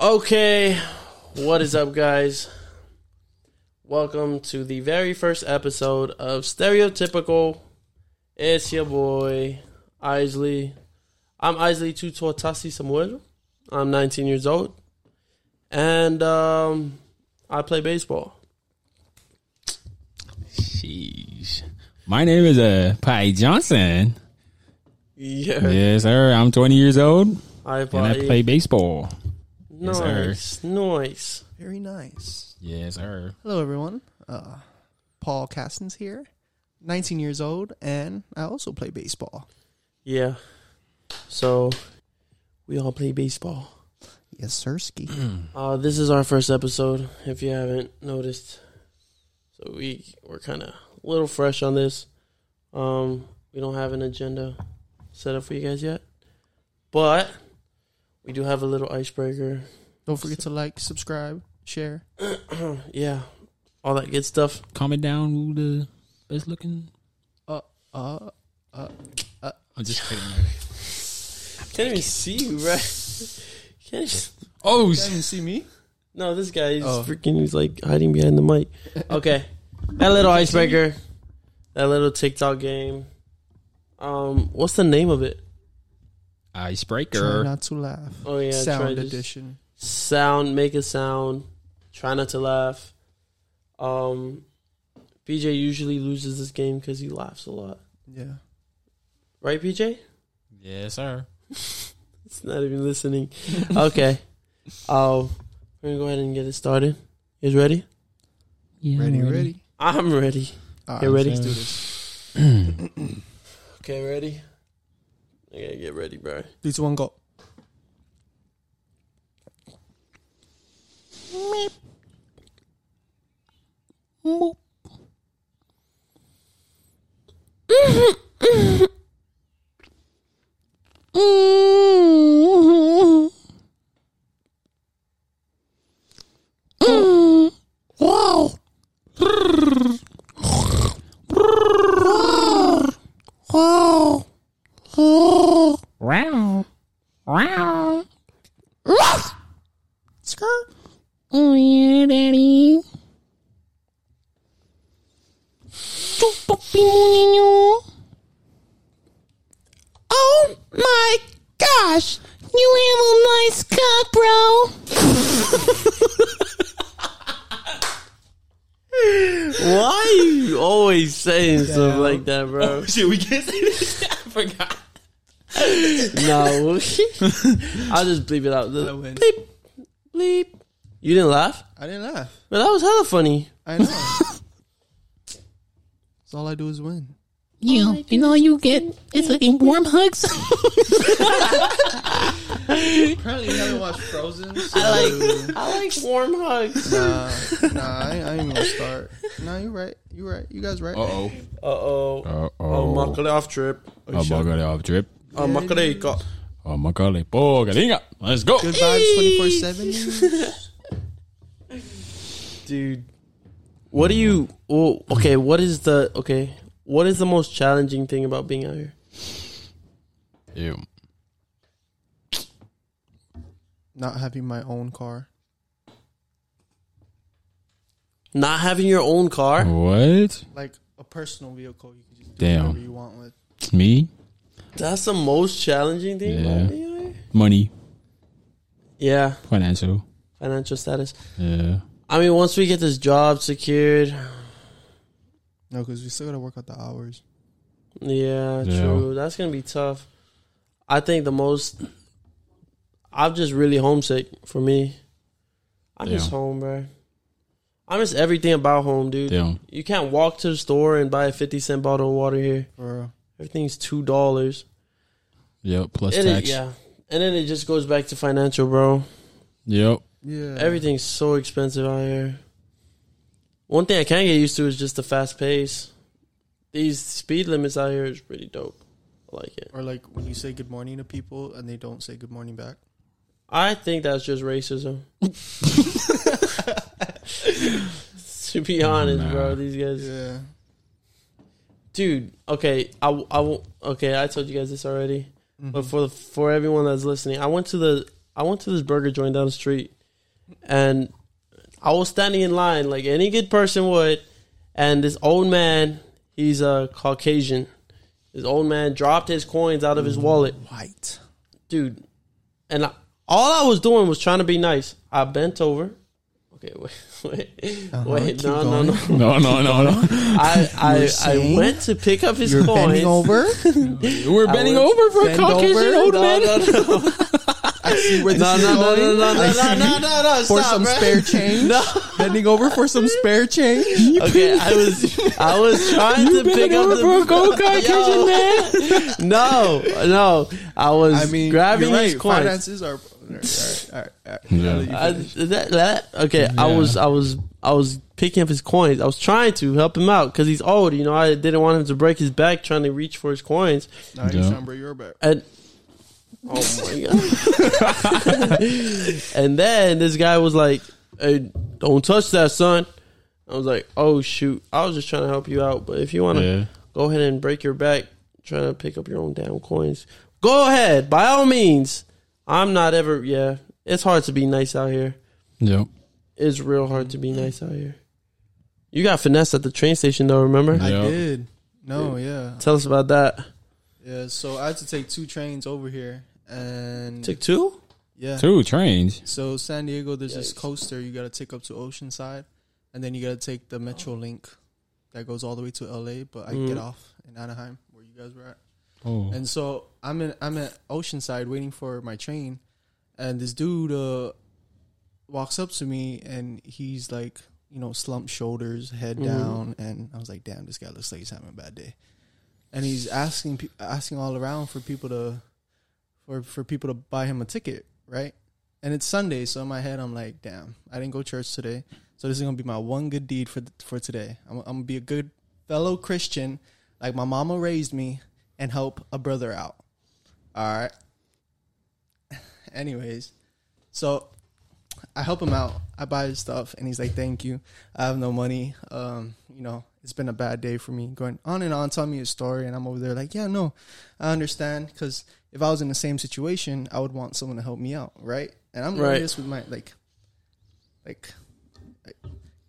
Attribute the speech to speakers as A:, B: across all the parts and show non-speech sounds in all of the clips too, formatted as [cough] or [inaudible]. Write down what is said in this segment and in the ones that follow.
A: Okay, what is up, guys? Welcome to the very first episode of Stereotypical. It's your boy, Isley. I'm Isley Tutuatasi Samuel. I'm 19 years old. And um, I play baseball.
B: Sheesh. My name is uh Pai Johnson.
A: Yeah.
B: Yes, sir. I'm 20 years old
A: I
B: and I play baseball.
A: Nice. nice.
C: Very nice.
B: Yes, sir.
C: Hello, everyone. Uh, Paul Castens here, 19 years old, and I also play baseball.
A: Yeah. So, we all play baseball.
C: Yes, Sirski. [clears throat]
A: Uh, this is our first episode, if you haven't noticed. So we we're kind of a little fresh on this. Um, we don't have an agenda set up for you guys yet, but we do have a little icebreaker. [clears throat]
C: Don't forget to like, subscribe, share.
A: yeah, all that good stuff.
B: Comment down who the best looking.
C: Uh, uh, uh.
B: I'm just kidding.
A: Can't even see you, right? Can't even-
B: [sighs] Oh,
C: You didn't see me?
A: no, this guy is
C: Oh.
A: freaking. He's like hiding behind the mic. Okay, that
C: [laughs]
A: little icebreaker, that little TikTok game. Um, what's the name of it?
C: Try
B: icebreaker.
C: not to laugh.
A: Oh yeah, try
C: Sound
A: to-
C: edition.
A: sound, make a sound, try not to laugh. Um, PJ usually loses this game because he laughs a lot,
C: Yeah.
A: right? PJ, [laughs]
B: Yes, sir.
A: it's not even listening.
C: [laughs]
A: okay, um, we're gonna go ahead and get it started. You guys ready?
B: Yeah,
C: Ready, ready.
A: I'm ready.
C: All
A: You ready?
C: Let's do this.
A: Okay, ready. I gotta get ready, bro.
C: Three, two, one, go.
B: Wow. Wow. Wow.
C: Skirt.
B: Oh yeah, daddy. Oh my gosh, you have a nice cock, bro.
A: Why are you always saying stuff like that, bro?
B: Shit, we can't
A: [laughs]
B: say this. I forgot.
A: no, [laughs] I'll just bleep it out.
C: I win.
A: Bleep, bleep. You didn't laugh,
C: I didn't laugh.
A: but that was hella funny.
C: I know. That's all I do is win.
B: Oh
D: Yeah, and all you get is like warm [laughs] hugs.
C: Apparently, you haven't watched [laughs] Frozen.
A: I like warm hugs.
C: Nah, nah, I, I ain't even gonna start. Nah, you right. You right. You guys right.
B: Uh-oh.
A: Uh oh.
B: Uh-oh.
A: Oh, makale off trip. Oh,
B: Oh,
A: shit.
B: Magali off drip.
A: Oh, makale got.
B: Oh, Magali. Bogalinga. Let's go.
C: Good vibes twenty four [laughs] seven.
A: Dude, what do you? Oh, okay. What is the okay? What is the most challenging thing about being out here?
B: Ew.
C: Not having my own car.
A: Not having your own car.
B: What?
C: Like a personal vehicle you can just do
B: Damn.
C: whatever you want with.
B: Me?
A: That's the most challenging thing
B: Yeah.
A: about being out here.
B: Money.
A: Yeah,
B: Financial.
A: financial status.
B: Yeah.
A: I mean, once we get this job secured,
C: No, because we still gotta work out the hours.
A: Yeah,
B: Yeah.
A: true. That's gonna be tough. I think the most. I'm just really homesick for me. I miss
B: Yeah.
A: home, bro. I miss everything about home, dude.
B: Damn.
A: You can't walk to the store and buy a fifty cent bottle of water here.
C: For
A: Everything's two dollars.
B: Yep. Plus tax.
A: Yeah, and then it just goes back to financial, bro.
B: Yep.
C: yeah,
A: Everything's so expensive out here. One thing I can get used to is just the fast pace. These speed limits out here is pretty dope. I like it.
C: Or like when you say good morning to people and they don't say good morning back.
A: I think that's just racism. [laughs] to be honest, bro,
B: Nah.
A: these guys,
C: Yeah.
A: dude. Okay, I,
C: Mm-hmm.
A: w- I won't. Okay, I told you guys this already, but for the, for everyone that's listening, I went to the I went to this burger joint down the street, and I was standing in line like any good person would, and this old man, he's a Caucasian. This old man dropped his coins out of
C: Mm-hmm.
A: his wallet,
C: White.
A: dude. And I, all I was doing was trying to be nice. I bent over. Okay, [laughs] wait, wait, wait,
C: Uh-huh, keep
A: no, no, no.
B: No, no, no, no.
A: I, I, I
C: saying
A: went to pick up his
C: You're
A: coins.
C: bending [laughs] over.
B: [laughs] We're bending
A: would
B: over for a
C: bend
B: Caucasian
C: over.
B: old
A: No,
B: man.
A: no,
B: [laughs]
A: no, no,
C: See where this
A: no,
C: is
A: no, no,
C: going?
A: no,
C: I
A: no,
C: see
A: no, no, no, no,
C: for
A: stop,
C: some
A: bruh. [laughs]
C: spare change. Bending over for some spare change.
A: Okay, I was I
B: [laughs]
A: was trying to pick
B: Bending
A: up
B: over
A: the
B: for a
A: [laughs]
B: gold
A: Yo.
B: Caucasian man.
A: [laughs] No, no, I was
C: I mean,
A: grabbing
C: you're right.
A: his coins.
C: Finances are. All right, all right, all right.
B: Yeah.
C: Now that you
A: I,
C: finish.
A: that, that, okay, I
B: Yeah.
A: was I was I was picking up his coins. I was trying to help him out because he's old. You know, I didn't want him to break his back trying to reach for his coins.
C: Now you sound bro, you're back.
A: And oh my god! and then this guy was like, "Hey, don't touch that, son." I was like, "Oh shoot! I was just trying to help you out, but if you want to
B: Yeah.
A: go ahead and break your back trying to pick up your own damn coins, go ahead by all means." I'm not ever. Yeah, it's hard to be nice out here.
B: Yep.
A: It's real hard to be nice out here. You got finesse at the train station though. Remember?
B: Yeah.
C: I did. No, yeah,
A: Tell us about that.
C: yeah. So I had to take two trains over here, and
A: Took two.
C: yeah.
B: Two trains.
C: So San Diego, there's this
A: Yikes.
C: coaster you gotta take up to Oceanside, and then you gotta take the MetroLink that goes all the way to LA. But I get off in Anaheim, where you guys were at.
B: Oh.
C: And so I'm in I'm at Oceanside waiting for my train, and this dude uh, walks up to me and he's like, you know, slumped shoulders, head down, and I was like, damn, this guy looks like he's having a bad day. And he's asking pe- asking all around for people to for for people to buy him a ticket, right? And it's Sunday, so in my head I'm like, damn, I didn't go church today, so this is gonna be my one good deed for for today. I'm, I'm gonna be a good fellow Christian, like my mama raised me, and help a brother out. All right. [laughs] Anyways, so I help him out. I buy his stuff, and he's like, "Thank you. I have no money. Um, you know, it's been a bad day for me." Going on and on, telling me his story, and I'm over there like, "Yeah, no, I understand. Because if I was in the same situation, I would want someone to help me out, right?" And I'm
A: Right.
C: doing this with my like, like, like,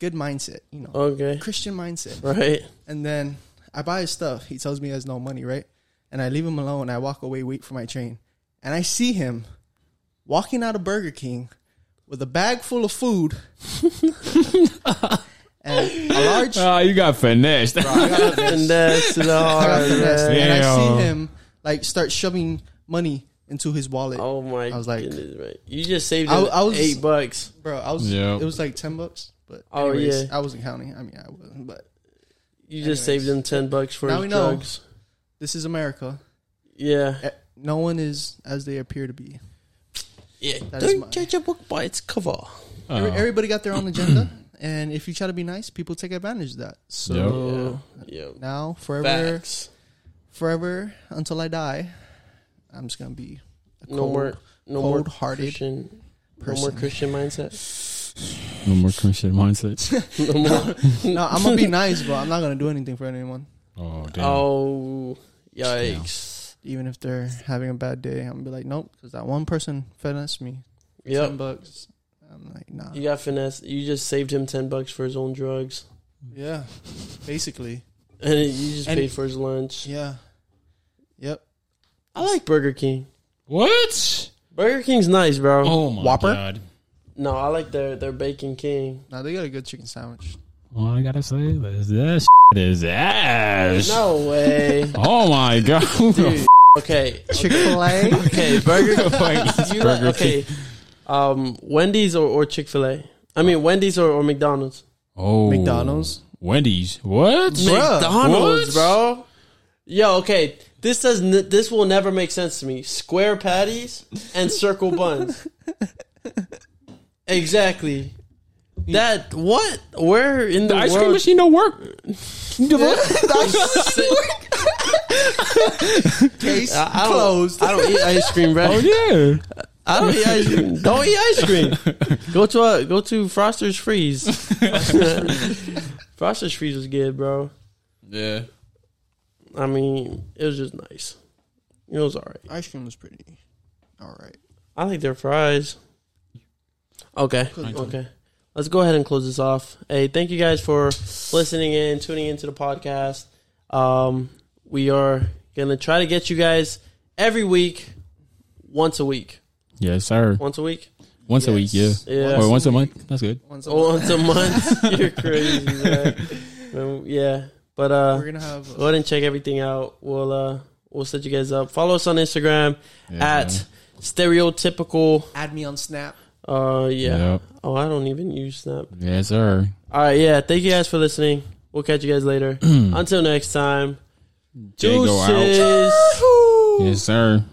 C: good mindset, you know, [laughs]
A: Okay.
C: Christian mindset.
A: Right.
C: And then I buy his stuff. He tells me he has no money, right? And I leave him alone. I walk away, wait for my train. And I see him walking out of Burger King with a bag full of food [laughs] and a large.
A: Uh,
C: [laughs]
B: Oh, you got finessed.
A: [laughs]
C: I got
A: Finesse to the
C: I got
A: heart.
C: finessed.
A: man.
C: and I
B: Damn.
C: see him like start shoving money into his wallet.
A: Oh my!
C: I was like-
A: goodness, man. you just saved
C: I-
A: him
C: I was-
A: eight bucks.
C: Bro, I was.
B: Yeah.
C: It was like ten bucks. But
A: Oh,
C: anyways,
A: yeah.
C: I wasn't counting. I mean, I wasn't. But
A: You just saved him ten bucks for
C: Now
A: his
C: we know.
A: drugs.
C: this is America.
A: Yeah,
C: Eh, No one is as they appear to be.
A: yeah.
C: That is
A: Don't
C: my-
A: judge a book by its cover.
C: Every-
B: Oh.
C: Everybody got their own agenda, [clears throat] and if you try to be nice, people take advantage of that. So
A: Yeah,
C: now, forever,
A: facts.
C: forever until I die, I'm just gonna be a
A: No more, no more
C: cold-hearted
A: Christian, no more
C: person. [laughs]
A: Christian mindset.
B: Ah, No more Christian
A: [laughs]
B: mindset.
A: No [laughs] more.
C: no, I'm gonna be nice, but I'm not gonna do anything for anyone.
B: Oh, damn.
A: oh, yikes!
C: Even if they're having a bad day, I'm gonna be like, nope, because that one person finessed me ten
A: Yep,
C: bucks. I'm like, nah,
A: you got finesse. You just saved him ten bucks for his own drugs, [laughs]
C: yeah, basically,
A: and you just
C: And-
A: paid for his lunch.
C: yeah, yep.
A: I like Burger King.
B: What?
A: Burger King's nice, bro.
B: Oh, my
C: Whopper?
B: God.
A: No, I like their their Bacon King.
C: Now they got a good chicken sandwich.
B: All I gotta say is that shit is ass.
A: No [laughs] way.
B: Oh my [laughs] god.
A: Dude. Okay,
C: Chick Fil [laughs] A,
A: Okay, [laughs] Burger. you like,
B: Burger
A: okay, um, Wendy's or, or Chick Fil A. I mean Wendy's or, or McDonald's.
B: Oh,
C: McDonald's.
B: Wendy's. What?
C: Bruh.
A: McDonald's,
B: What?
A: bro. Yo, okay, this does n- this will never make sense to me. Square patties and circle buns. exactly. That what? Where in the,
B: The ice
A: world? [laughs]
B: cream machine don't work.
C: case
A: I, I don't,
C: closed.
A: I don't eat ice cream, bro.
B: Oh yeah.
A: I don't eat ice cream. Don't eat ice cream.
B: [laughs]
A: Go to uh, go to Froster's Freeze. [laughs] Froster's Freeze was good, bro.
B: Yeah.
A: I mean, it was just nice. It was alright.
C: Ice cream was pretty. All right.
A: I like their fries. Okay. Okay. Let's go ahead and close this off. Hey, thank you guys for listening in, tuning into the podcast. Um, we are going to try to get you guys every week, once a week.
B: Yes, sir.
A: Once a week?
B: Once a week, yeah.
C: Yes.
A: Yeah.
B: Or once a month. That's good.
C: Once a month.
A: Oh, Once a month. You're crazy, man. Um, Yeah. But uh,
C: We're gonna have
A: go ahead and check everything out. We'll, uh, we'll set you guys up. Follow us on Instagram
B: Yeah.
A: at stereotypical.
C: add me on Snap.
A: Uh, yeah.
B: Yep.
A: Oh, I don't even use Snap.
B: Yes, sir.
A: All right, yeah. Thank you guys for listening. We'll catch you guys later. Until next time.
B: Jay go out.
A: deuces.
B: Yes, sir.